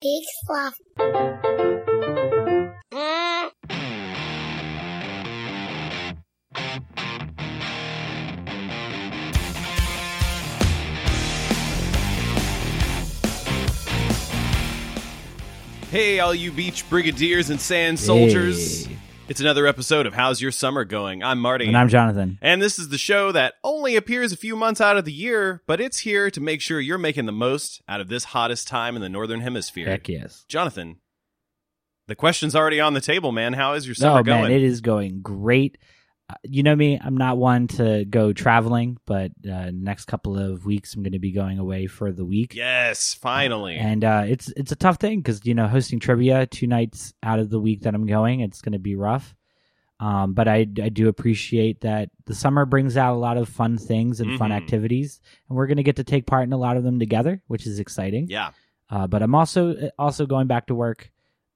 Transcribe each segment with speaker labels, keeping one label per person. Speaker 1: Big sloth. Mm.
Speaker 2: Hey, all you beach brigadiers and sand soldiers.
Speaker 3: Hey.
Speaker 2: It's another episode of How's Your Summer Going? I'm Marty.
Speaker 3: And I'm Jonathan.
Speaker 2: And this is the show that only appears a few months out of the year, but it's here to make sure you're making the most out of this hottest time in the Northern Hemisphere.
Speaker 3: Heck yes.
Speaker 2: Jonathan, the question's already on the table, man. How is your
Speaker 3: No,
Speaker 2: summer
Speaker 3: Oh, man,
Speaker 2: going?
Speaker 3: it is going great. Uh, You know me, I'm not one to go traveling, but uh, next couple of weeks I'm going to be going away for the week.
Speaker 2: yes, finally.
Speaker 3: And uh, it's it's a tough thing because you know hosting trivia two nights out of the week that I'm going, it's going to be rough. Um, but I, I do appreciate that the summer brings out a lot of fun things and fun
Speaker 2: Mhm.
Speaker 3: activities, and we're going to get to take part in a lot of them together, which is exciting.
Speaker 2: yeah.
Speaker 3: Uh, but I'm also also going back to work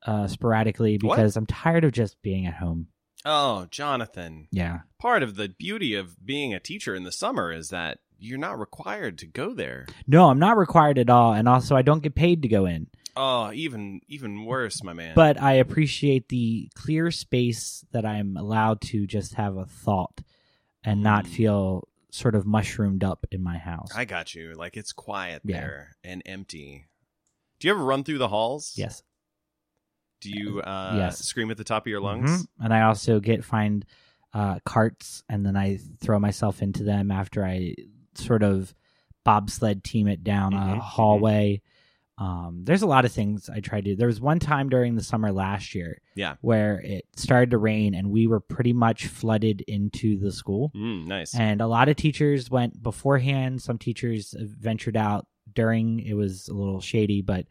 Speaker 3: uh, sporadically
Speaker 2: What?
Speaker 3: because I'm tired of just being at home.
Speaker 2: Oh, Jonathan.
Speaker 3: Yeah,
Speaker 2: Part of the beauty of being a teacher in the summer is that you're not required to go there.
Speaker 3: no, I'm not required at all, and also I don't get paid to go in.
Speaker 2: Oh, even even worse, my man.
Speaker 3: But I appreciate the clear space that I'm allowed to just have a thought and not
Speaker 2: Mm.
Speaker 3: feel sort of mushroomed up in my house.
Speaker 2: I got you. Like it's quiet
Speaker 3: Yeah.
Speaker 2: there and empty. Do you ever run through the halls?
Speaker 3: yes,
Speaker 2: Do you uh,
Speaker 3: Yes.
Speaker 2: scream at the top of your lungs?
Speaker 3: Mhm. and I also get find uh, carts, and then I throw myself into them after I sort of bobsled team it down
Speaker 2: Mhm,
Speaker 3: a
Speaker 2: mhm.
Speaker 3: hallway. Um, there's a lot of things I try to do. There was one time during the summer last year,
Speaker 2: Yeah.
Speaker 3: where it started to rain and we were pretty much flooded into the school.
Speaker 2: Mm, nice.
Speaker 3: And a lot of teachers went beforehand. Some teachers ventured out during. It was a little shady, but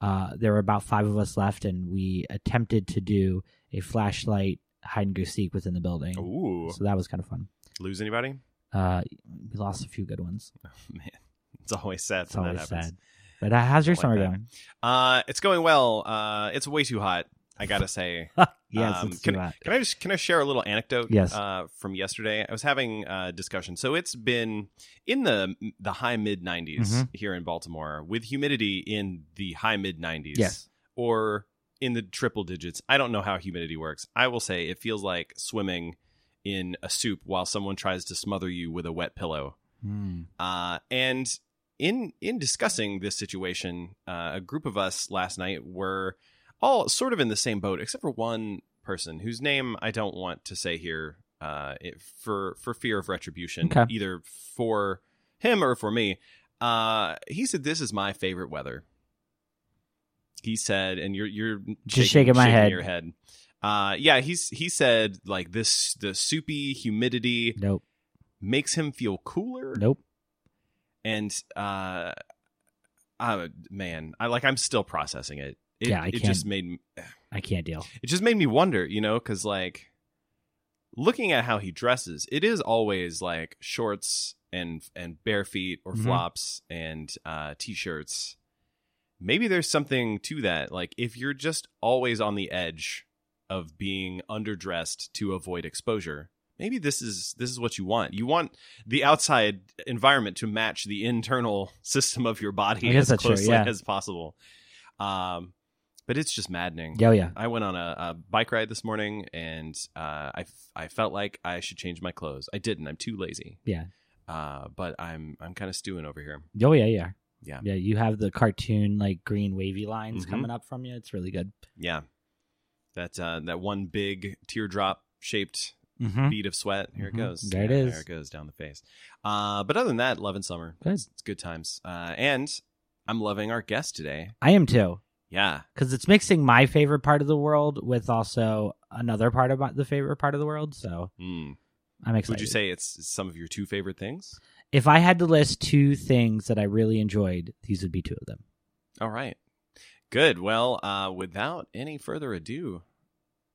Speaker 3: uh, there were about five of us left, and we attempted to do a flashlight hide and go seek within the building.
Speaker 2: Ooh.
Speaker 3: So that was kind of fun.
Speaker 2: Lose anybody?
Speaker 3: Uh, we lost a few good ones.
Speaker 2: Oh, man. It's always sad
Speaker 3: It's
Speaker 2: when
Speaker 3: always
Speaker 2: that happens.
Speaker 3: sad. But uh, how's your
Speaker 2: Don't like
Speaker 3: summer
Speaker 2: that.
Speaker 3: going?
Speaker 2: Uh it's going well. Uh it's way too hot, I gotta say.
Speaker 3: Yes,
Speaker 2: Um,
Speaker 3: it's too hot.
Speaker 2: Can I just can I share a little anecdote?
Speaker 3: Yes.
Speaker 2: Uh, from yesterday, I was having a discussion. So it's been in the the high mid 90s
Speaker 3: Mhm.
Speaker 2: here in Baltimore, with humidity in the high mid nineties.
Speaker 3: Yes.
Speaker 2: Or in the triple digits. I don't know how humidity works. I will say it feels like swimming in a soup while someone tries to smother you with a wet pillow.
Speaker 3: Hmm.
Speaker 2: Uh, and in in discussing this situation, uh, a group of us last night were all sort of in the same boat, except for one person whose name I don't want to say here, uh, it, for for fear of retribution,
Speaker 3: Okay.
Speaker 2: either for him or for me. Uh, he said, "This is my favorite weather." He said, and you're you're
Speaker 3: Just shaking my head.
Speaker 2: Your head. Uh, yeah, he's he said like this the soupy humidity
Speaker 3: Nope.
Speaker 2: makes him feel cooler
Speaker 3: Nope.
Speaker 2: and uh, uh man i like i'm still processing it it,
Speaker 3: Yeah, I
Speaker 2: it
Speaker 3: can't-
Speaker 2: just made me-
Speaker 3: I can't deal.
Speaker 2: it just made me wonder you know because like looking at how he dresses it is always like shorts and and bare feet or
Speaker 3: Mhm.
Speaker 2: flops and uh t-shirts maybe there's something to that like if you're just always on the edge of being underdressed to avoid exposure maybe this is this is what you want you want the outside environment to match the internal system of your
Speaker 3: I
Speaker 2: body
Speaker 3: guess
Speaker 2: as
Speaker 3: that's true,
Speaker 2: closely
Speaker 3: yeah.
Speaker 2: as possible um but it's just maddening
Speaker 3: Oh, Yeah, yeah.
Speaker 2: I went on a, a bike ride this morning, and uh, I f- I felt like I should change my clothes. I didn't. I'm too lazy.
Speaker 3: Yeah.
Speaker 2: Uh, but I'm I'm kind of stewing over here.
Speaker 3: Oh yeah, yeah,
Speaker 2: Yeah.
Speaker 3: yeah. You have the cartoon like green wavy lines
Speaker 2: Mhm.
Speaker 3: coming up from you. It's really good.
Speaker 2: Yeah. That uh, that one big teardrop shaped
Speaker 3: Mm-hmm.
Speaker 2: bead of sweat. Here
Speaker 3: Mhm.
Speaker 2: it goes.
Speaker 3: There it
Speaker 2: Yeah,
Speaker 3: is.
Speaker 2: There it goes down the face. Uh, but other than that, loving summer.
Speaker 3: Good.
Speaker 2: It's good times. Uh, and I'm loving our guest today.
Speaker 3: I am too,
Speaker 2: Yeah.
Speaker 3: because it's mixing my favorite part of the world with also another part of my, the favorite part of the world. So
Speaker 2: Mm.
Speaker 3: I'm excited.
Speaker 2: Would you say it's some of your two favorite things?
Speaker 3: if I had to list two things that I really enjoyed, these would be two of them?
Speaker 2: All right. Good. Well, uh, without any further ado,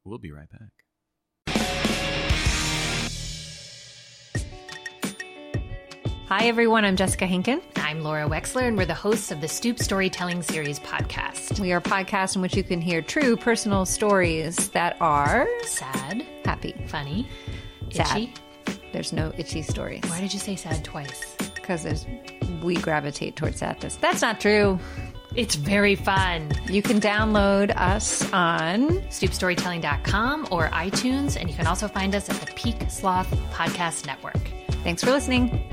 Speaker 2: we'll be right back.
Speaker 4: Hi, everyone. I'm Jessica Hinken. I'm Laura Wexler, and we're the hosts of the Stoop Storytelling Series podcast.
Speaker 5: We are a podcast in which you can hear true personal stories that are
Speaker 4: Sad,
Speaker 5: happy.
Speaker 4: funny,
Speaker 5: Sad.
Speaker 4: itchy.
Speaker 5: There's no itchy stories
Speaker 4: Why did you say sad twice?
Speaker 5: because there's we gravitate towards sadness. That's not true.
Speaker 4: It's very fun.
Speaker 5: You can download us on
Speaker 4: StoopStorytelling.com or iTunes, and you can also find us at the Peak Sloth Podcast Network.
Speaker 5: Thanks for listening.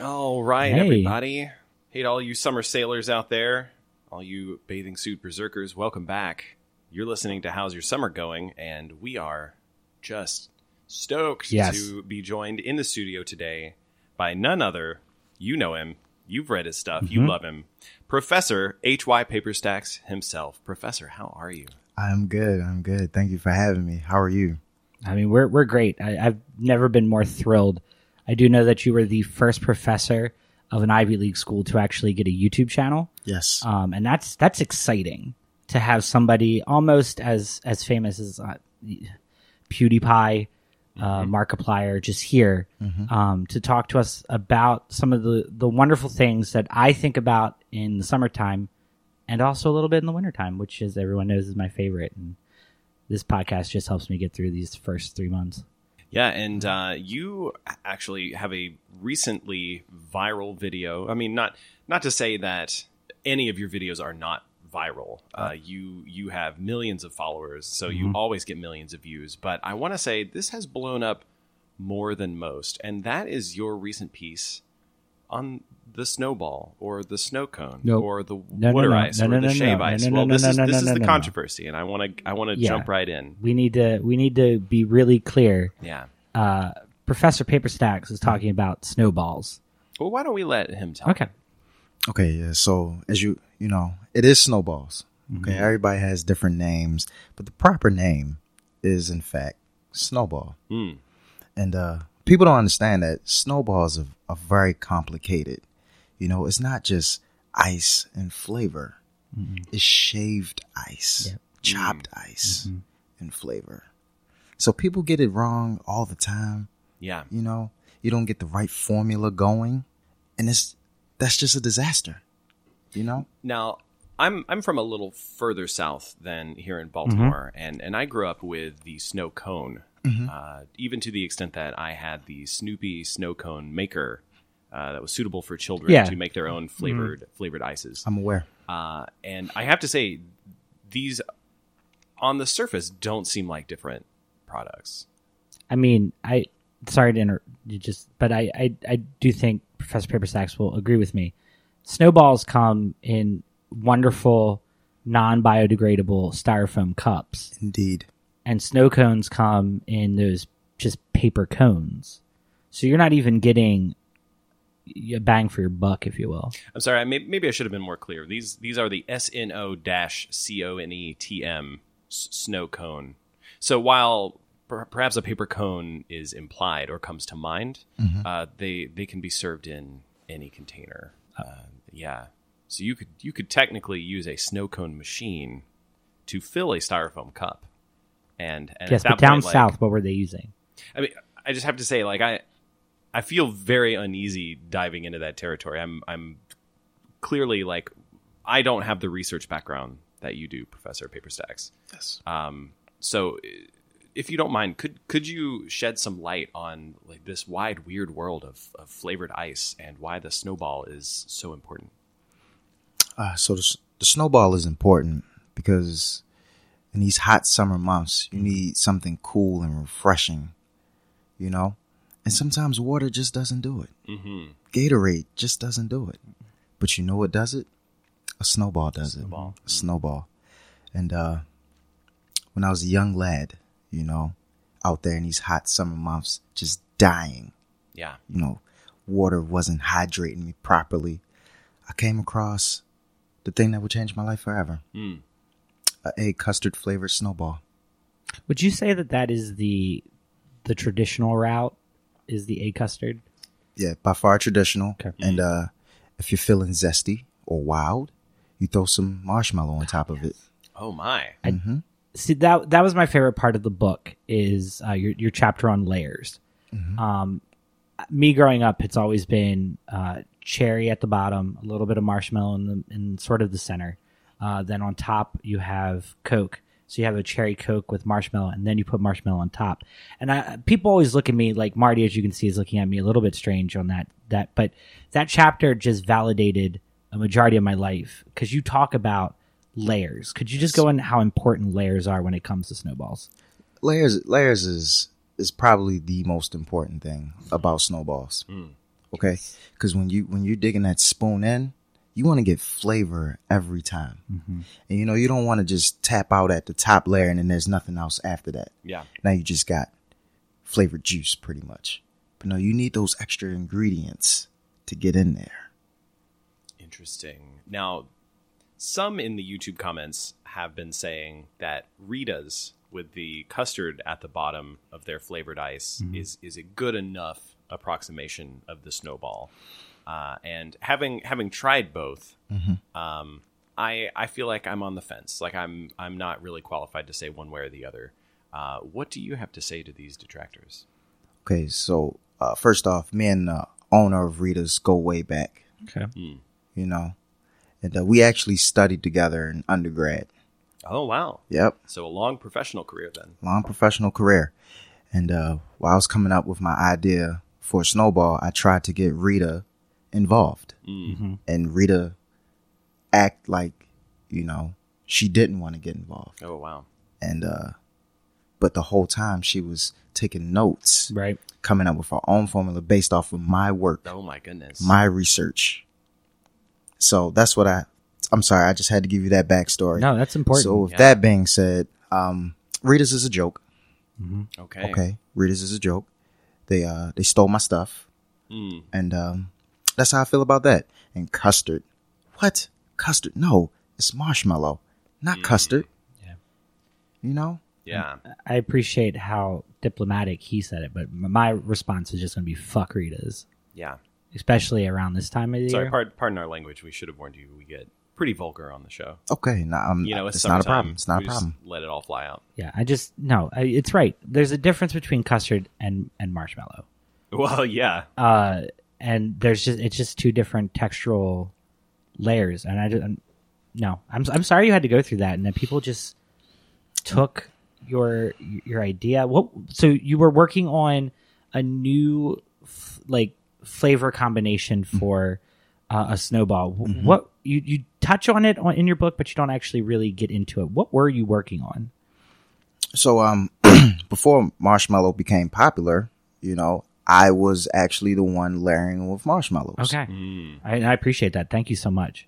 Speaker 2: All right,
Speaker 3: Hey.
Speaker 2: everybody. Hey to all you summer sailors out there, all you bathing suit berserkers, welcome back. You're listening to How's Your Summer Going, and we are just stoked
Speaker 3: Yes.
Speaker 2: to be joined in the studio today by none other. You know him. You've read his stuff. You
Speaker 3: Mm-hmm.
Speaker 2: love him. Professor H.Y. Paperstacks himself. Professor, how are you?
Speaker 1: I'm good. I'm good. Thank you for having me. How are you?
Speaker 3: I mean, we're we're great. I, I've never been more thrilled. I do know that you were the first professor of an Ivy League school to actually get a YouTube channel,
Speaker 1: Yes.
Speaker 3: um, and that's that's exciting to have somebody almost as as famous as uh, PewDiePie, uh, Markiplier, just here um, to talk to us about some of the the wonderful things that I think about in the summertime, and also a little bit in the wintertime, which, as everyone knows, is my favorite. And this podcast just helps me get through these first three months.
Speaker 2: Yeah, and uh, you actually have a recently viral video. I mean, not not to say that any of your videos are not viral.
Speaker 3: Uh-huh.
Speaker 2: Uh, you you have millions of followers, so
Speaker 3: Mm-hmm.
Speaker 2: you always get millions of views. But I want to say this has blown up more than most, and that is your recent piece on the snowball or the snow cone
Speaker 3: Nope.
Speaker 2: or the
Speaker 3: No, no,
Speaker 2: water
Speaker 3: no.
Speaker 2: ice
Speaker 3: No,
Speaker 2: or
Speaker 3: no,
Speaker 2: the
Speaker 3: no,
Speaker 2: shave
Speaker 3: no.
Speaker 2: ice.
Speaker 3: No, no,
Speaker 2: well,
Speaker 3: no,
Speaker 2: this
Speaker 3: no,
Speaker 2: is
Speaker 3: no,
Speaker 2: this
Speaker 3: no,
Speaker 2: is
Speaker 3: no,
Speaker 2: the
Speaker 3: no.
Speaker 2: controversy, and I want to I want to
Speaker 3: Yeah.
Speaker 2: jump right in.
Speaker 3: We need to we need to be really clear.
Speaker 2: Yeah.
Speaker 3: Uh, Professor Paperstacks is talking about snowballs.
Speaker 2: Well, why don't we let him talk?
Speaker 3: Okay.
Speaker 1: Okay, yeah. So as you you know, it is snowballs. Okay, everybody has different names, but the proper name is in fact snowball.
Speaker 2: Hmm.
Speaker 1: And uh people don't understand that snowballs are, are very complicated. You know, it's not just ice and flavor. It's shaved ice, chopped ice and flavor. So people get it wrong all the time.
Speaker 2: Yeah.
Speaker 1: you know you don't get the right formula going and it's that's just a disaster you know
Speaker 2: Now, I'm I'm from a little further south than here in Baltimore, and and I grew up with the snow cone, uh, even to the extent that I had the Snoopy snow cone maker uh, that was suitable for children
Speaker 3: Yeah.
Speaker 2: to make their own flavored flavored ices.
Speaker 1: i'm aware
Speaker 2: Uh, and I have to say, these on the surface don't seem like different products.
Speaker 3: I mean, I sorry to interrupt you just, but I, I I do think Professor Papersacks will agree with me. Snowballs come in wonderful non-biodegradable styrofoam cups,
Speaker 1: indeed
Speaker 3: and snow cones come in those just paper cones. So you're not even getting a bang for your buck, if you will.
Speaker 2: I'm sorry, I may, maybe I should have been more clear. These these are the S N O dash C O N E T M s- snow cone. So while per, perhaps a paper cone is implied or comes to mind,
Speaker 3: Mm-hmm.
Speaker 2: uh, they they can be served in any container. Uh, yeah, so you could you could technically use a snow cone machine to fill a styrofoam cup. And, and
Speaker 3: yes,
Speaker 2: at that
Speaker 3: but down
Speaker 2: point, like-
Speaker 3: south, what were they using?
Speaker 2: I mean, I just have to say, like I, I feel very uneasy diving into that territory. I'm, I'm clearly like, I don't have the research background that you do, Professor Paperstacks.
Speaker 1: yes
Speaker 2: Um, so, i- if you don't mind, could could you shed some light on like this wide, weird world of, of flavored ice and why the snowball is so important?
Speaker 1: uh, so the, s- the snowball is important because in these hot summer months you
Speaker 2: Mm-hmm.
Speaker 1: need something cool and refreshing you know and sometimes water just doesn't do it
Speaker 2: Mm-hmm.
Speaker 1: gatorade just doesn't do it but you know what does it a snowball does it
Speaker 2: Snowball.
Speaker 1: a snowball. And uh, when I was a young lad, you know, out there in these hot summer months, just dying,
Speaker 2: Yeah.
Speaker 1: you know, water wasn't hydrating me properly. I came across the thing that would change my life forever
Speaker 2: Mm.
Speaker 1: a egg custard flavored snowball.
Speaker 3: Would you say that that is the the traditional route? Is the egg custard?
Speaker 1: Yeah, by far traditional.
Speaker 3: Okay.
Speaker 1: And uh, if you're feeling zesty or wild, you throw some marshmallow on top of it.
Speaker 2: Oh my.
Speaker 3: see that that was my favorite part of the book is uh, your your chapter on layers. Um, me growing up, it's always been uh, cherry at the bottom, a little bit of marshmallow in the in sort of the center. Uh, then on top you have Coke, So you have a cherry coke with marshmallow, and then you put marshmallow on top. And I, people always look at me like Marty, as you can see, is looking at me a little bit strange on that. That, but that chapter just validated a majority of my life because you talk about layers. Could you just go on how important layers are when it comes to snowballs?
Speaker 1: layers layers is is probably the most important thing about snowballs. Okay, because when you when you're digging that spoon in, you want to get flavor every time, and you know you don't want to just tap out at the top layer and then there's nothing else after that.
Speaker 2: Yeah.
Speaker 1: Now you just got flavored juice pretty much, but no, you need those extra ingredients to get in there.
Speaker 2: Interesting. Now, some in the YouTube comments have been saying that Rita's with the custard at the bottom of their flavored ice is is a good enough approximation of the snowball. Uh, and having having tried both, um, I I feel like I'm on the fence. Like I'm I'm not really qualified to say one way or the other. Uh, what do you have to say to these detractors?
Speaker 1: Okay, so uh, first off, me and the owner of Rita's go way back.
Speaker 3: Okay.
Speaker 1: you know. And uh, we actually studied together in undergrad.
Speaker 2: Oh wow!
Speaker 1: Yep,
Speaker 2: So a long professional career then.
Speaker 1: long professional career. And uh, while I was coming up with my idea for Snowball, I tried to get Rita involved,
Speaker 3: Mm-hmm.
Speaker 1: and Rita act like you know she didn't want to get involved.
Speaker 2: Oh wow!
Speaker 1: And uh, but the whole time she was taking notes,
Speaker 3: Right.
Speaker 1: coming up with her own formula based off of my work.
Speaker 2: Oh my goodness!
Speaker 1: my research. So that's what I. I'm sorry, I just had to give you that backstory.
Speaker 3: No, that's important.
Speaker 1: so with
Speaker 2: yeah.
Speaker 1: that being said, um, Rita's is a joke.
Speaker 2: okay.
Speaker 1: Okay, Rita's is a joke. They uh they stole my stuff,
Speaker 2: Mm.
Speaker 1: and um, that's how I feel about that. And custard, what custard? No, it's marshmallow, not custard.
Speaker 3: Yeah.
Speaker 1: You know,
Speaker 2: Yeah.
Speaker 1: Um,
Speaker 3: I appreciate how diplomatic he said it, but m- my response is just going to be fuck Rita's,
Speaker 2: Yeah.
Speaker 3: especially around this time of the
Speaker 2: Sorry,
Speaker 3: year.
Speaker 2: pardon, pardon our language. We should have warned you. We get pretty vulgar on the show.
Speaker 1: okay, no, I'm,
Speaker 2: You know, it's,
Speaker 1: uh, it's not a
Speaker 2: summertime.
Speaker 1: problem. It's not
Speaker 2: We
Speaker 1: a
Speaker 2: just
Speaker 1: problem.
Speaker 2: let it all fly out.
Speaker 3: yeah, I just no, I, it's right. There's a difference between custard and and marshmallow,
Speaker 2: Well, yeah.
Speaker 1: Um,
Speaker 3: uh, and there's just it's just two different textural layers, and I just I'm, no, I'm I'm sorry you had to go through that, and that people just took your your idea. What so you were working on a new f- like flavor combination for uh, a snowball. W- What you you touch on it on, in your book, but you don't actually really get into it. What were you working on?
Speaker 1: So um before marshmallow became popular, you know, I was actually the one layering with marshmallows. Mm-hmm.
Speaker 3: Okay,
Speaker 2: Mm,
Speaker 3: I, I appreciate that. Thank you so much.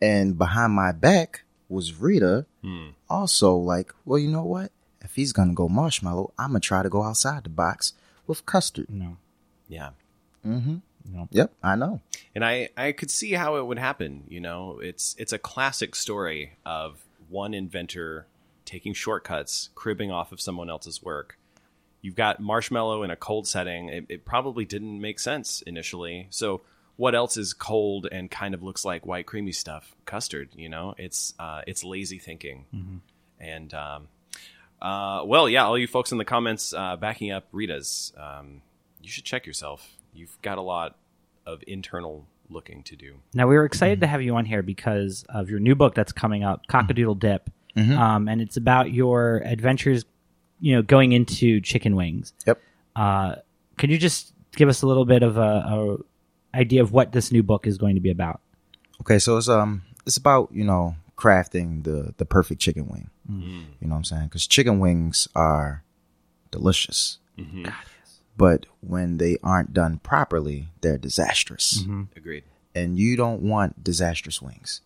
Speaker 1: And behind my back was Rita also like, well, you know what? If he's gonna go marshmallow, I'm gonna try to go outside the box with custard.
Speaker 3: No,
Speaker 2: Yeah.
Speaker 1: Yep, I know.
Speaker 2: And I, I could see how it would happen. You know, it's it's a classic story of one inventor taking shortcuts, cribbing off of someone else's work. You've got marshmallow in a cold setting. It, it probably didn't make sense initially. So what else is cold and kind of looks like white creamy stuff? Custard. You know, it's uh, it's lazy thinking. And um, uh, well, yeah, all you folks in the comments uh, backing up Rita's, um, you should check yourself. You've got a lot of internal looking to do.
Speaker 3: Now we were excited
Speaker 1: Mm-hmm.
Speaker 3: to have you on here because of your new book that's coming up, Cockadoodle Dip,
Speaker 1: Mm-hmm.
Speaker 3: um, and it's about your adventures, you know, going into chicken wings.
Speaker 1: Yep.
Speaker 3: Uh, can you just give us a little bit of a, a idea of what this new book is going to be about?
Speaker 1: Okay, so it's um it's about, you know, crafting the the perfect chicken wing. You know what I'm saying? Cuz chicken wings are delicious. But when they aren't done properly, they're disastrous.
Speaker 2: Mm-hmm. Agreed.
Speaker 1: and you don't want disastrous wings.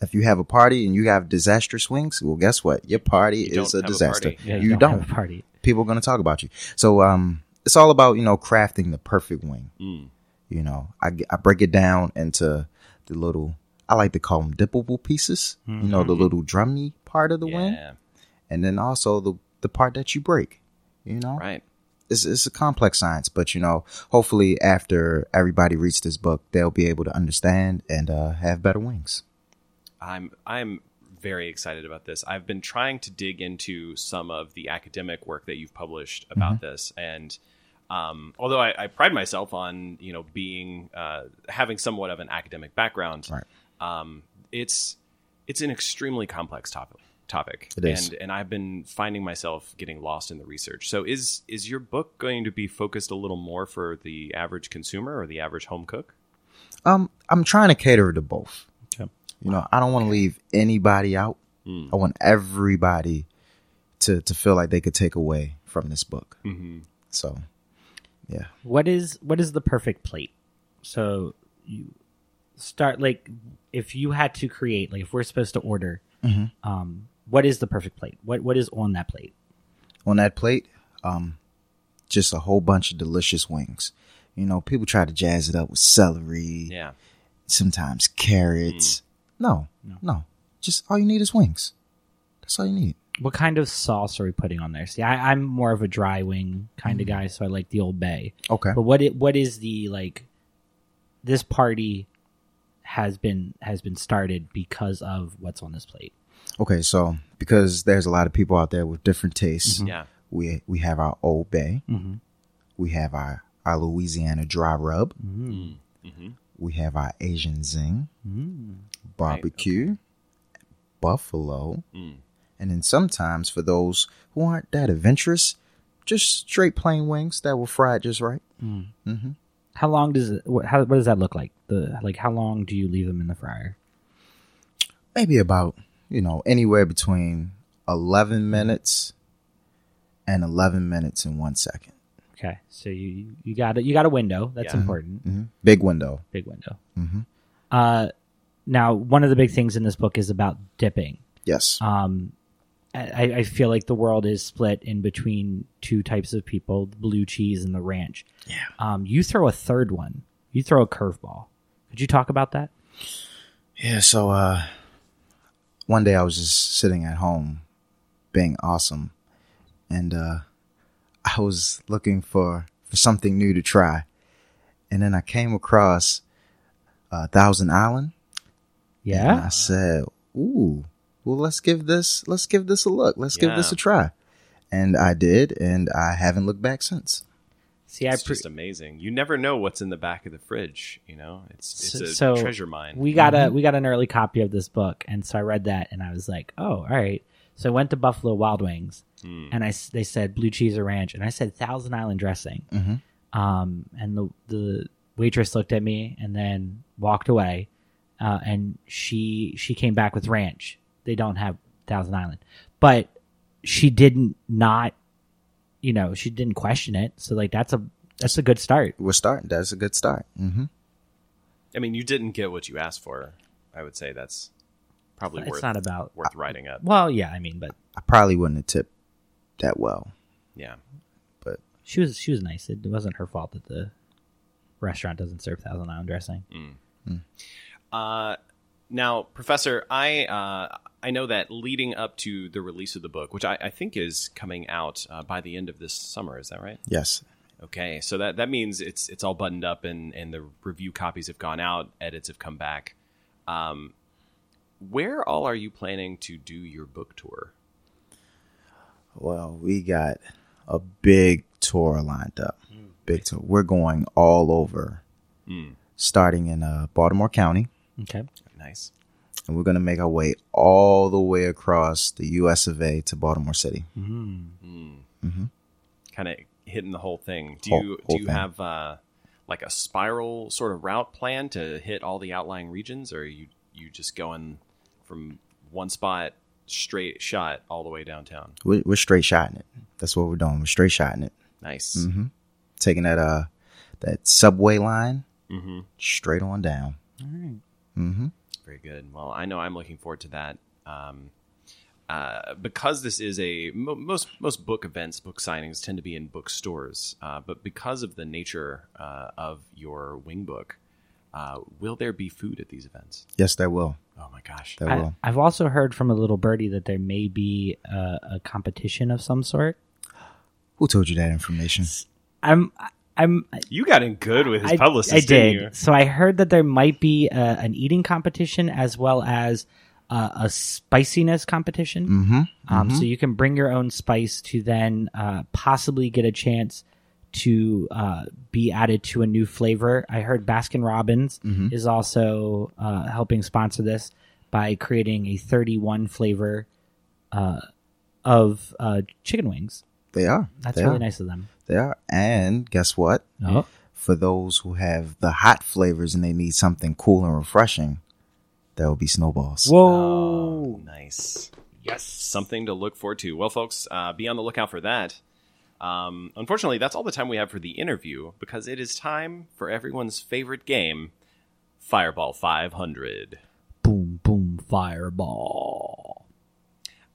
Speaker 1: If you have a party and you have disastrous wings, well, guess what? Your party
Speaker 2: don't
Speaker 1: is a
Speaker 2: have a
Speaker 1: disaster.
Speaker 2: party. Yeah,
Speaker 1: you, don't.
Speaker 3: have a party.
Speaker 1: People are going to talk about you. So um, it's all about you know crafting the perfect wing.
Speaker 2: Mm.
Speaker 1: You know, I, g- I break it down into the little I like to call them dippable pieces. You know, the little drummy part of the wing,
Speaker 2: Mm-hmm. Yeah.
Speaker 1: and then also the the part that you break. You know,
Speaker 2: Right.
Speaker 1: it's, it's a complex science, but you know, hopefully after everybody reads this book, they'll be able to understand and uh, have better wings.
Speaker 2: I'm I'm very excited about this. I've been trying to dig into some of the academic work that you've published about
Speaker 1: Mm-hmm.
Speaker 2: this, and um, although I, I pride myself on you know being uh, having somewhat of an academic background,
Speaker 1: Right.
Speaker 2: um, it's it's an extremely complex topic topic.
Speaker 1: It is.
Speaker 2: And and I've been finding myself getting lost in the research. So is is your book going to be focused a little more for the average consumer or the average home cook?
Speaker 1: Um, I'm trying to cater to both.
Speaker 2: Okay.
Speaker 1: You know, I don't want to leave anybody out.
Speaker 2: Mm.
Speaker 1: I want everybody to to feel like they could take away from this book.
Speaker 2: Mm-hmm.
Speaker 1: So, yeah.
Speaker 3: What is what is the perfect plate? So you start like if you had to create like if we're supposed to order,
Speaker 1: Mm-hmm.
Speaker 3: um, what is the perfect plate? What what is on that plate?
Speaker 1: on that plate, um, just a whole bunch of delicious wings. You know, people try to jazz it up with celery,
Speaker 2: Yeah.
Speaker 1: sometimes carrots. No, no, Just all you need is wings. That's all you need.
Speaker 3: What kind of sauce are we putting on there? See, I, I'm more of a dry wing kind of guy, so I like the old bay.
Speaker 1: Okay.
Speaker 3: But what it, what is the like? This party has been has been started because of what's on this plate.
Speaker 1: Okay, so because there's a lot of people out there with different tastes,
Speaker 2: Yeah.
Speaker 1: we we have our Old Bay,
Speaker 3: Mhm.
Speaker 1: we have our our Louisiana dry rub, we have our Asian zing, barbecue, buffalo, and then sometimes for those who aren't that adventurous, just straight plain wings that were fried just right.
Speaker 3: How long does it? What, how, what does that look like? The like how long do you leave them in the fryer?
Speaker 1: Maybe about you know anywhere between eleven minutes and eleven minutes and one second.
Speaker 3: Okay, so you you got it. You got a window. That's
Speaker 2: Yeah.
Speaker 3: important.
Speaker 1: Big window.
Speaker 3: Big window.
Speaker 1: Mhm.
Speaker 3: Uh, now one of the big things in this book is about dipping.
Speaker 1: Yes.
Speaker 3: Um, I, I feel like the world is split in between two types of people: the blue cheese and the ranch.
Speaker 1: Yeah.
Speaker 3: Um, you throw a third one. You throw a curveball. Could you talk about that?
Speaker 1: Yeah, so uh one day I was just sitting at home being awesome and uh I was looking for for something new to try. And then I came across uh Thousand Island and I
Speaker 3: Yeah.
Speaker 1: said, "Ooh, well let's give this let's give this a look. Let's give this
Speaker 2: Yeah.
Speaker 1: a try." And I did and I haven't looked back since.
Speaker 3: See, I
Speaker 2: It's
Speaker 3: pre-
Speaker 2: just amazing. You never know what's in the back of the fridge, you know? It's it's a
Speaker 3: So- so
Speaker 2: treasure mine.
Speaker 3: we got
Speaker 2: mm-hmm.
Speaker 3: a we got an early copy of this book, and so I read that, and I was like, oh, all right. So I went to Buffalo Wild Wings,
Speaker 2: Hmm.
Speaker 3: and I s- they said blue cheese or ranch, and I said Thousand Island dressing. Um, and the the waitress looked at me and then walked away, uh, and she she came back with ranch. They don't have Thousand Island, but she didn't not, you know, she didn't question it. So like that's a that's a good start.
Speaker 1: We're starting. That's a good start. Mhm.
Speaker 2: I mean, you didn't get what you asked for. I would say that's probably
Speaker 3: It's
Speaker 2: worth
Speaker 3: not about-
Speaker 2: worth writing up.
Speaker 3: Well, yeah, I mean, but
Speaker 1: I probably wouldn't have tipped that well.
Speaker 2: Yeah.
Speaker 3: she was she was nice. It wasn't her fault that the restaurant doesn't serve Thousand Island dressing.
Speaker 2: Uh, now, Professor, I uh, I know that leading up to the release of the book, which I, I think is coming out uh, by the end of this summer, is that right?
Speaker 1: Yes.
Speaker 2: Okay, so that that means it's it's all buttoned up and and the review copies have gone out, edits have come back. Um, where all are you planning to do your book tour?
Speaker 1: Well, we got a big tour lined up. Big tour. We're going all over, starting in uh, Baltimore County,
Speaker 2: Mm.
Speaker 3: Okay,
Speaker 2: Nice.
Speaker 1: and we're going to make our way all the way across the U.S. of A. to Baltimore City.
Speaker 2: kind of hitting the whole thing. Do
Speaker 1: Whole-
Speaker 2: you
Speaker 1: whole
Speaker 2: do you
Speaker 1: thing.
Speaker 2: have uh, like a spiral sort of route plan to hit all the outlying regions, or are you you just going from one spot straight shot all the way downtown?
Speaker 1: We're, we're straight shotting it. That's what we're doing. We're straight shotting it,
Speaker 2: Nice.
Speaker 1: Mm-hmm. taking that uh that subway line
Speaker 2: Mm-hmm.
Speaker 1: straight on down. Mm-hmm.
Speaker 2: Very good. Well, I know I'm looking forward to that. Um, uh, because this is a mo- most most book events, book signings tend to be in bookstores, uh, but because of the nature uh, of your wing book, uh, will there be food at these events?
Speaker 1: Yes, that will.
Speaker 2: Oh my gosh!
Speaker 1: That
Speaker 3: I,
Speaker 1: will.
Speaker 3: I've also heard from a little birdie that there may be a, a competition of some sort.
Speaker 1: Who told you that information?
Speaker 3: I'm I'm
Speaker 2: You got in good with his
Speaker 3: I,
Speaker 2: publicist,
Speaker 3: I
Speaker 2: didn't
Speaker 3: did.
Speaker 2: you?
Speaker 3: So I heard that there might be a, an eating competition as well as uh, a spiciness competition.
Speaker 1: Mm-hmm.
Speaker 3: Um, So you can bring your own spice to then uh, possibly get a chance to uh, be added to a new flavor. I heard Baskin Robbins is also uh, helping sponsor this by creating a 31 flavor uh, of uh, chicken wings.
Speaker 1: They are.
Speaker 3: That's
Speaker 1: they
Speaker 3: really
Speaker 1: are.
Speaker 3: nice of them.
Speaker 1: They are. And guess what?
Speaker 3: Oh,
Speaker 1: For those who have the hot flavors and they need something cool and refreshing, there will be snowballs.
Speaker 2: Oh, nice. Yes. Something to look forward to. Well, folks, uh, be on the lookout for that. Um, unfortunately, that's all the time we have for the interview because it is time for everyone's favorite game, Fireball 500.
Speaker 3: boom, boom, fireball.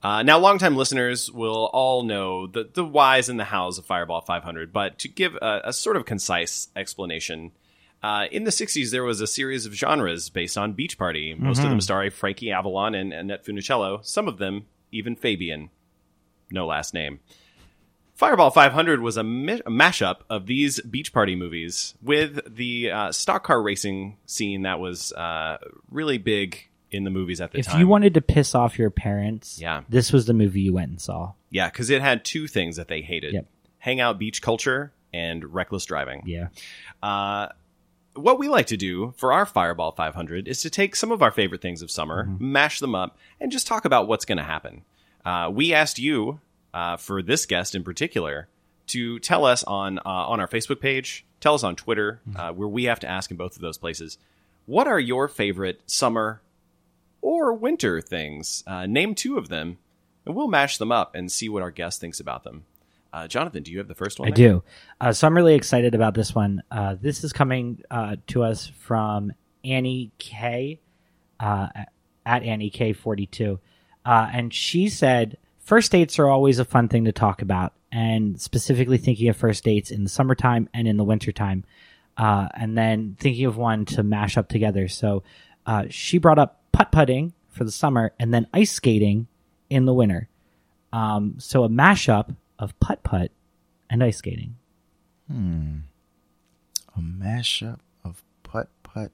Speaker 2: Uh, now, longtime listeners will all know the, the whys and the hows of Fireball 500, but to give a, a sort of concise explanation, uh, in the 60s, there was a series of genres based on Beach Party, most
Speaker 3: Mm-hmm.
Speaker 2: of them starring Frankie Avalon and Annette Funicello, some of them even Fabian. No last name. Fireball 500 was a, mi- a mashup of these beach party movies with the uh, stock car racing scene that was uh, really big in the movies at the
Speaker 3: If
Speaker 2: time.
Speaker 3: you wanted to piss off your parents,
Speaker 2: Yeah.
Speaker 3: this was the movie you went and saw.
Speaker 2: Yeah, because it had two things that they hated:
Speaker 3: Yep.
Speaker 2: hangout beach culture and reckless driving.
Speaker 3: Yeah.
Speaker 2: Uh, what we like to do for our Fireball 500 is to take some of our favorite things of summer,
Speaker 3: Mm-hmm.
Speaker 2: mash them up, and just talk about what's going to happen. Uh, we asked you uh, for this guest in particular to tell us on uh, on our Facebook page, tell us on Twitter,
Speaker 3: Mm-hmm.
Speaker 2: uh, where we have to ask in both of those places. What are your favorite summer or winter things? Uh, name two of them, and we'll mash them up and see what our guest thinks about them. Uh, Jonathan, do you have the first one?
Speaker 3: I
Speaker 2: there?
Speaker 3: do. Uh, so I'm really excited about this one. Uh, this is coming uh, to us from Annie K, uh, at Annie K42. Uh, and she said, first dates are always a fun thing to talk about, and specifically thinking of first dates in the summertime and in the wintertime, uh, and then thinking of one to mash up together. So uh, she brought up putt putting for the summer and then ice skating in the winter. Um, so a mashup of putt putt and ice skating.
Speaker 1: A mashup of putt putt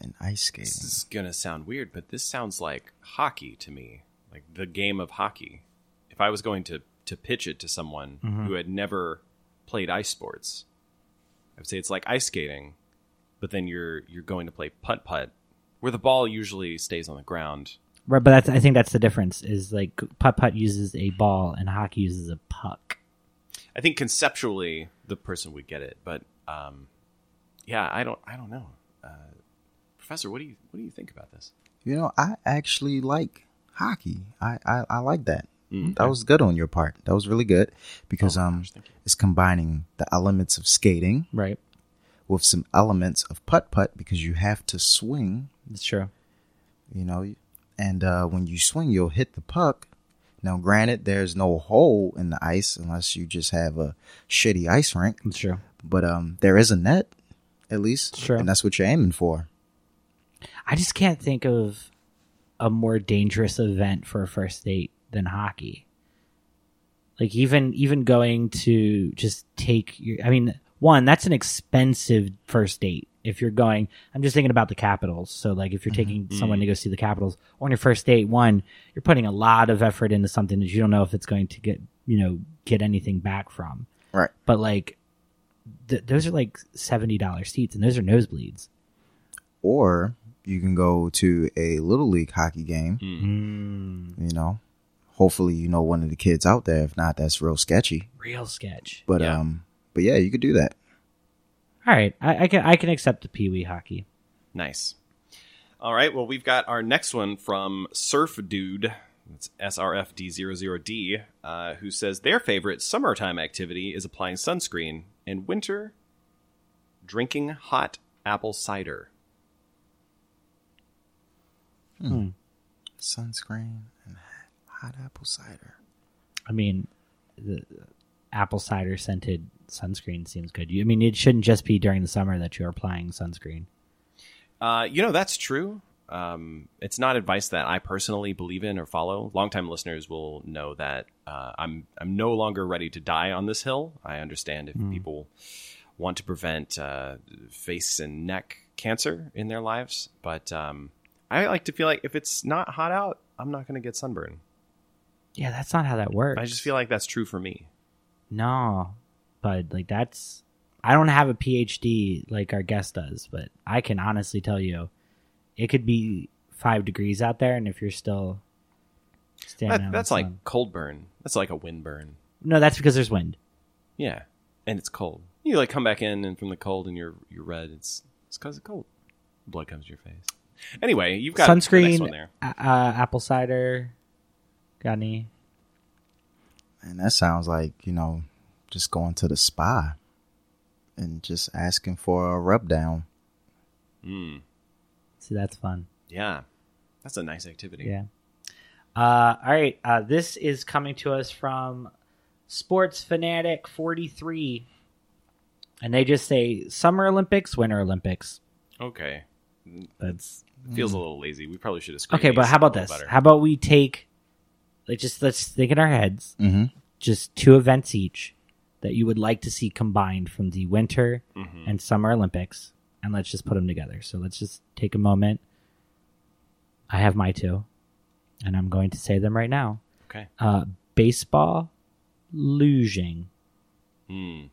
Speaker 1: and ice skating.
Speaker 2: This is gonna sound weird, but this sounds like hockey to me, like the game of hockey. If I was going to to pitch it to someone who had never played ice sports, I would say it's like ice skating, but then you're you're going to play putt putt, where the ball usually stays on the ground.
Speaker 3: Right, but that's I think that's the difference is like putt putt uses a ball and hockey uses a puck.
Speaker 2: I think conceptually the person would get it, but um, yeah, I don't I don't know. Uh, Professor, what do you what do you think about this?
Speaker 1: You know, I actually like hockey. I I, I like that. That was good on your part. That was really good because um, it's combining the elements of skating
Speaker 3: Right.
Speaker 1: with some elements of putt putt because you have to swing.
Speaker 3: That's true.
Speaker 1: You know, and uh, when you swing, you'll hit the puck. Now, granted, there's no hole in the ice unless you just have a shitty ice rink,
Speaker 3: That's true.
Speaker 1: but um, there is a net at least,
Speaker 3: Sure.
Speaker 1: and that's what you're aiming for.
Speaker 3: I just can't think of a more dangerous event for a first date than hockey. Like even even going to just take your I mean, one, that's an expensive first date. If you're going, I'm just thinking about the Capitals. So like if you're taking someone to go see the Capitals on your first date, one, you're putting a lot of effort into something that you don't know if it's going to get, you know, get anything back from.
Speaker 1: Right.
Speaker 3: But like th- those are like $70 seats and those are nosebleeds.
Speaker 1: Or you can go to a little league hockey game.
Speaker 3: Hmm.
Speaker 1: you know hopefully you know one of the kids out there if not that's real sketchy
Speaker 3: Real sketch.
Speaker 1: but
Speaker 2: Yeah.
Speaker 1: um but yeah you could do that
Speaker 3: All right, I, I can I can accept the Pee Wee hockey.
Speaker 2: Nice. All right. Well, we've got our next one from Surf Dude. That's SRFD00D, uh, who says their favorite summertime activity is applying sunscreen and winter drinking hot apple cider.
Speaker 1: sunscreen and hot apple cider
Speaker 3: I mean, the apple cider scented sunscreen seems good. You, I mean, it shouldn't just be during the summer that you're applying sunscreen.
Speaker 2: Uh, you know, that's true. Um, it's not advice that I personally believe in or follow. Longtime listeners will know that uh, I'm I'm no longer ready to die on this hill. I understand if people want to prevent uh, face and neck cancer in their lives, but um, I like to feel like if it's not hot out, I'm not going to get sunburn.
Speaker 3: Yeah, that's not how that works.
Speaker 2: I just feel like that's true for me.
Speaker 3: no, but like that's I don't have a PhD like our guest does, but I can honestly tell you, it could be five degrees out there, and if you're still Stand out
Speaker 2: That,
Speaker 3: in
Speaker 2: that's
Speaker 3: the
Speaker 2: like
Speaker 3: sun.
Speaker 2: cold burn. That's like a wind burn.
Speaker 3: no, that's because there's wind.
Speaker 2: Yeah, and it's cold. You like come back in and from the cold and you're you're red. It's it's because it's cold. Blood comes to your face. Anyway, you've got the next one
Speaker 3: Sunscreen,
Speaker 2: there.
Speaker 3: uh, uh, apple cider. Got any?
Speaker 1: And that sounds like, you know, just going to the spa and just asking for a rub down.
Speaker 2: Mm,
Speaker 3: See, that's fun.
Speaker 2: yeah, that's a nice activity.
Speaker 3: Yeah. Uh, all right. Uh, this is coming to us from Sports Fanatic 43. And they just say Summer Olympics, Winter Olympics.
Speaker 2: Okay,
Speaker 3: That's
Speaker 2: it feels a little lazy. We probably should have. screened
Speaker 3: Mm. okay. But
Speaker 2: these
Speaker 3: how
Speaker 2: a
Speaker 3: about
Speaker 2: little
Speaker 3: this?
Speaker 2: better.
Speaker 3: How about we take, like, just let's think in our heads,
Speaker 1: Mm-hmm.
Speaker 3: just two events each that you would like to see combined from the Winter
Speaker 1: Mm-hmm.
Speaker 2: Mhm.
Speaker 3: and Summer Olympics, and let's just put them together. So let's just take a moment. I have my two, and I'm going to say them right now.
Speaker 2: Okay.
Speaker 3: uh, baseball luging.
Speaker 2: Mm.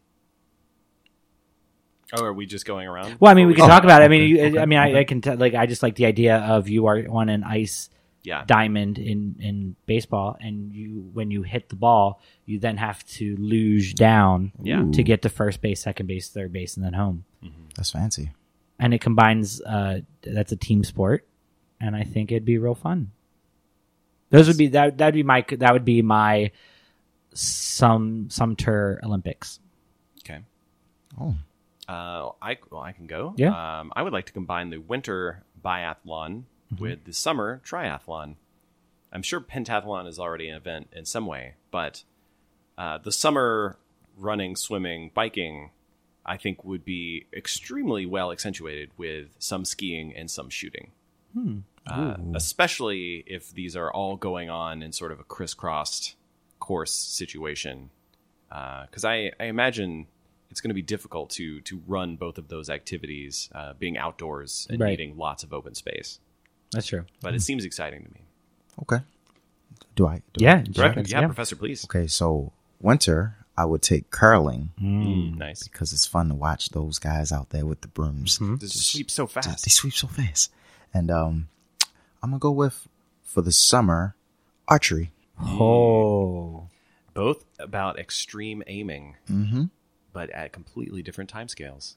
Speaker 2: Oh, are we just going around?
Speaker 3: Well, I mean, we can
Speaker 2: Oh,
Speaker 3: talk about. It. I mean,
Speaker 1: okay,
Speaker 3: you,
Speaker 1: okay,
Speaker 3: I mean, I, I
Speaker 1: okay.
Speaker 3: can t- like. I just like the idea of you are on an ice
Speaker 2: Yeah.
Speaker 3: diamond in in baseball, and you when you hit the ball, you then have to luge down
Speaker 2: Yeah.
Speaker 3: to get to first base, second base, third base, and then home.
Speaker 1: That's fancy.
Speaker 3: And it combines. Uh, that's a team sport, and I think it'd be real fun. Those would be that. That'd be my. That would be my. Some some tour Olympics.
Speaker 2: Okay.
Speaker 1: Oh.
Speaker 2: Uh, I well, I can go.
Speaker 3: Yeah.
Speaker 2: Um, I would like to combine the winter biathlon with the summer triathlon. I'm sure pentathlon is already an event in some way, but uh, the summer running, swimming, biking, I think would be extremely well accentuated with some skiing and some shooting. Uh, especially if these are all going on in sort of a crisscrossed course situation because I, I imagine it's going to be difficult to to run both of those activities, uh, being outdoors and
Speaker 3: Right.
Speaker 2: needing lots of open space.
Speaker 3: That's true.
Speaker 2: But it seems exciting to me.
Speaker 1: Okay. Do I? Do
Speaker 3: Yeah,
Speaker 1: I-
Speaker 3: do
Speaker 1: do I-
Speaker 3: Perfect,
Speaker 2: yeah,
Speaker 3: yeah.
Speaker 2: Professor, please.
Speaker 1: Okay, so winter, I would take curling
Speaker 2: Mm, nice.
Speaker 1: because it's fun to watch those guys out there with the brooms.
Speaker 2: This sweeps so
Speaker 1: They-
Speaker 2: fast.
Speaker 1: They sweep so fast. And um, I'm going to go with, for the summer, archery.
Speaker 3: Oh,
Speaker 2: Both about extreme aiming,
Speaker 1: Mm-hmm.
Speaker 2: but at completely different timescales.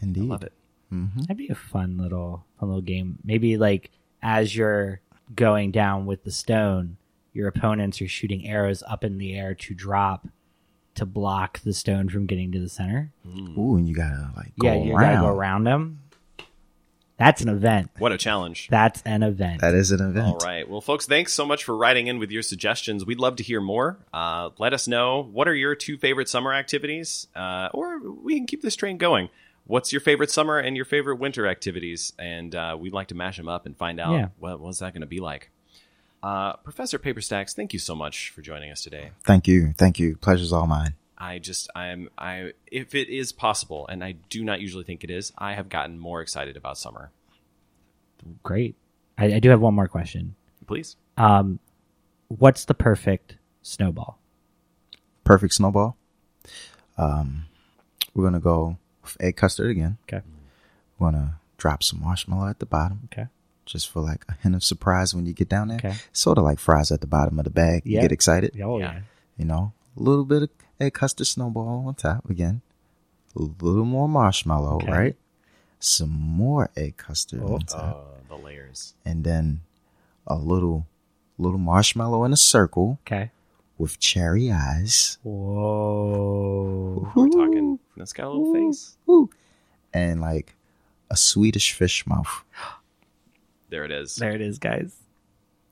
Speaker 1: Indeed.
Speaker 2: I love it.
Speaker 3: that'd be a fun little fun little game. Maybe like as you're going down with the stone, your opponents are shooting arrows up in the air to drop to block the stone from getting to the center.
Speaker 1: Ooh, and you got to like go
Speaker 3: yeah, you
Speaker 1: around.
Speaker 3: gotta go around them. That's an event.
Speaker 2: What a challenge.
Speaker 3: That's an event.
Speaker 1: That is an event.
Speaker 2: All right. Well, folks, thanks so much for writing in with your suggestions. We'd love to hear more. Uh, let us know what are your two favorite summer activities, uh, or we can keep this train going. What's your favorite summer and your favorite winter activities? And uh, we'd like to mash them up and find out
Speaker 3: Yeah.
Speaker 2: what what's that going to be like. Uh, Professor Paperstacks, thank you so much for joining us today.
Speaker 1: Thank you. Thank you. Pleasure's all mine.
Speaker 2: I just I'm I if it is possible, and I do not usually think it is, I have gotten more excited about summer.
Speaker 3: Great. I, I do have one more question.
Speaker 2: Please.
Speaker 3: Um, what's the perfect snowball?
Speaker 1: Perfect snowball. Um, we're going to go with egg custard again.
Speaker 3: Okay.
Speaker 1: We're going to drop some marshmallow at the bottom
Speaker 3: Okay.
Speaker 1: just for like a hint of surprise when you get down there.
Speaker 3: Okay.
Speaker 1: Sort of like fries at the bottom of the bag.
Speaker 3: Yeah.
Speaker 1: You get excited.
Speaker 3: Oh yeah.
Speaker 1: You know, a little bit of egg custard snowball on top again. A little more marshmallow,
Speaker 3: Okay.
Speaker 1: right? Some more egg custard on top.
Speaker 2: Uh, the layers.
Speaker 1: And then a little little marshmallow in a circle
Speaker 3: Okay.
Speaker 1: with cherry eyes.
Speaker 3: Whoa.
Speaker 2: We're talking. That's got a little face.
Speaker 1: and like a Swedish fish mouth.
Speaker 2: There it is.
Speaker 3: There it is, guys.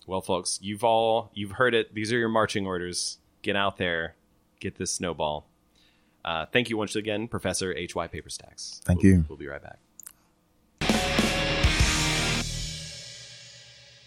Speaker 2: Well, folks, you've all you've heard it. These are your marching orders. Get out there, get this snowball. Uh, thank you once again, Professor H. Y. Paperstacks.
Speaker 1: Thank
Speaker 2: We'll-
Speaker 1: you.
Speaker 2: We'll be right back.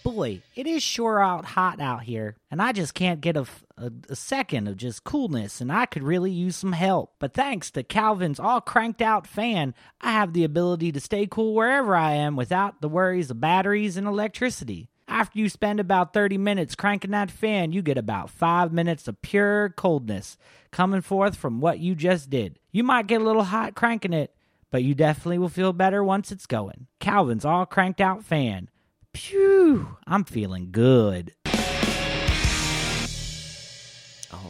Speaker 3: Boy, it is sure out hot out here, and I just can't get a, f- a- a second of just coolness, and I could really use some help. But thanks to Calvin's all cranked out fan, I have the ability to stay cool wherever I am without the worries of batteries and electricity. After you spend about 30 minutes cranking that fan, you get about 5 minutes of pure coldness coming forth from what you just did. You might get a little hot cranking it, but you definitely will feel better once it's going. Calvin's all cranked out fan. Phew, I'm feeling good.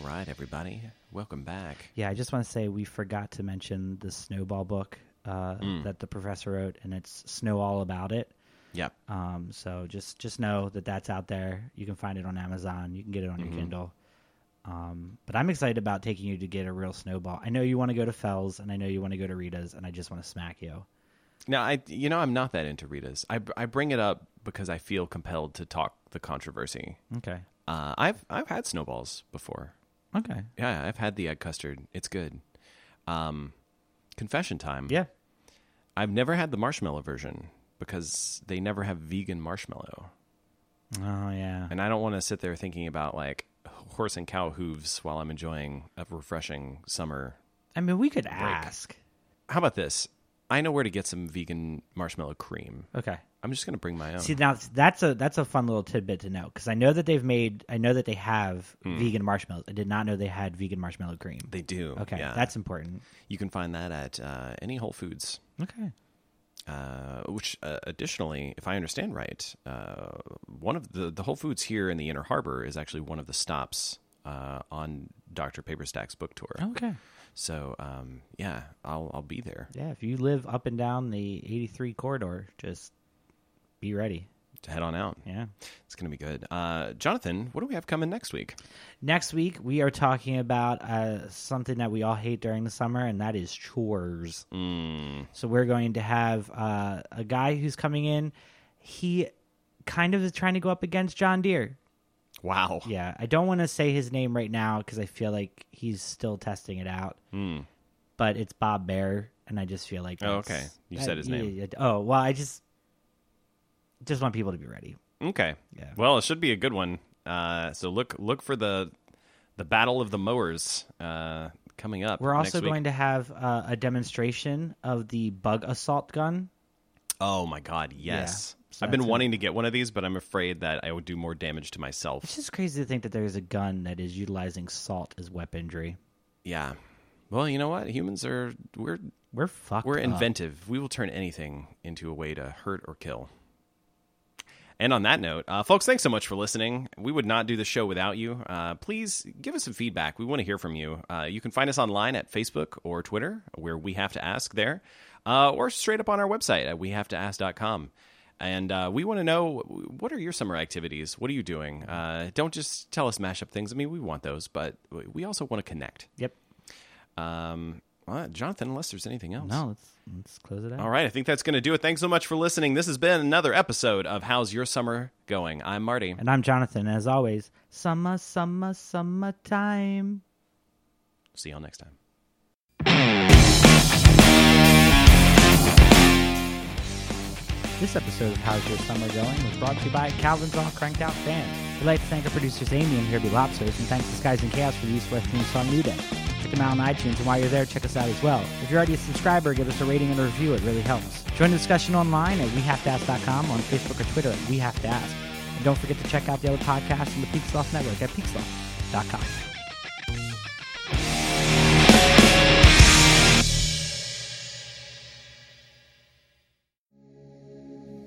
Speaker 2: right, everybody. Welcome back.
Speaker 3: Yeah, I just want to say we forgot to mention the Snowball book uh, that the professor wrote, and it's Snow All About It.
Speaker 2: Yep.
Speaker 3: Um, so just just know that that's out there. You can find it on Amazon. You can get it on your Kindle. Um, but I'm excited about taking you to get a real snowball. I know you want to go to Fell's, and I know you want to go to Rita's, and I just want to smack you.
Speaker 2: Now, I you know I'm not that into Rita's. I I bring it up because I feel compelled to talk the controversy.
Speaker 3: Okay.
Speaker 2: Uh, I've I've had snowballs before.
Speaker 3: Okay.
Speaker 2: Yeah, I've had the egg custard. It's good. Um, confession time.
Speaker 3: Yeah.
Speaker 2: I've never had the marshmallow version because they never have vegan marshmallow,
Speaker 3: Oh yeah.
Speaker 2: and I don't want to sit there thinking about like horse and cow hooves while I'm enjoying a refreshing summer.
Speaker 3: I mean, we could ask.
Speaker 2: How about this? I know where to get some vegan marshmallow cream.
Speaker 3: Okay.
Speaker 2: I'm just gonna bring my own.
Speaker 3: See now that's a that's a fun little tidbit to know because I know that they've made I know that they have vegan marshmallows. I did not know they had vegan marshmallow cream.
Speaker 2: they do.
Speaker 3: Okay,
Speaker 2: yeah.
Speaker 3: that's important.
Speaker 2: you can find that at uh, any Whole Foods.
Speaker 3: Okay.
Speaker 2: uh, which uh, additionally, if I understand right, uh, one of the, the Whole Foods here in the Inner Harbor is actually one of the stops uh, on Dr. Paperstack's book tour.
Speaker 3: Okay.
Speaker 2: So um, yeah, I'll I'll be there.
Speaker 3: Yeah, if you live up and down the 83 corridor, just be ready.
Speaker 2: to Head on out.
Speaker 3: Yeah.
Speaker 2: It's gonna be good. Uh, Jonathan, what do we have coming next week?
Speaker 3: Next week we are talking about uh, something that we all hate during the summer, and that is chores.
Speaker 2: Mm,
Speaker 3: So we're going to have uh, a guy who's coming in. He kind of is trying to go up against John Deere.
Speaker 2: wow.
Speaker 3: Yeah, I don't want to say his name right now because I feel like he's still testing it out.
Speaker 2: Mm.
Speaker 3: But it's Bob Bear, and I just feel like
Speaker 2: Oh,
Speaker 3: that's-
Speaker 2: okay. You said his name.
Speaker 3: yeah, yeah. oh well, I just just want people to be ready.
Speaker 2: Okay.
Speaker 3: Yeah.
Speaker 2: Well, it should be a good one. Uh, so look look for the the battle of the mowers uh, coming up.
Speaker 3: We're also
Speaker 2: next week.
Speaker 3: going to have uh, a demonstration of the bug assault gun.
Speaker 2: Oh my god, yes.
Speaker 3: So
Speaker 2: I've been
Speaker 3: that's a-
Speaker 2: wanting to get one of these, but I'm afraid that I would do more damage to myself.
Speaker 3: It's just crazy to think that there's a gun that is utilizing salt as weaponry.
Speaker 2: Yeah. Well, you know what? Humans are we're
Speaker 3: We're fucked.
Speaker 2: we're
Speaker 3: up.
Speaker 2: inventive. We will turn anything into a way to hurt or kill. And on that note, uh, folks, thanks so much for listening. We would not do the show without you. Uh, please give us some feedback. We want to hear from you. Uh, you can find us online at Facebook or Twitter, where we have to ask there, uh, or straight up on our website at wehavetoask.com. And uh, we want to know what are your summer activities? What are you doing? Uh, don't just tell us mashup things. I mean, we want those, but we also want to connect.
Speaker 3: Yep.
Speaker 2: Um, well, Jonathan, unless there's anything else.
Speaker 3: No, let's let's close it out.
Speaker 2: All right, I think that's going to do it. Thanks so much for listening. This has been another episode of How's Your Summer Going? I'm Marty.
Speaker 3: And I'm Jonathan. As always, summer, summer, summertime.
Speaker 2: See y'all next time.
Speaker 3: This episode of How's Your Summer Going was brought to you by Calvin's All Cranked Out Fans. We'd like to thank our producers Amy and Herbie Lopsters and thanks to Skies and Chaos for the use of our theme song New Day. Check them out on iTunes and while you're there, check us out as well. If you're already a subscriber, give us a rating and a review. It really helps. Join the discussion online at WeHaveToAsk.com on Facebook or Twitter at We Have to Ask. And don't forget to check out the other podcasts on the Peaksloft Network at peaksloft.com.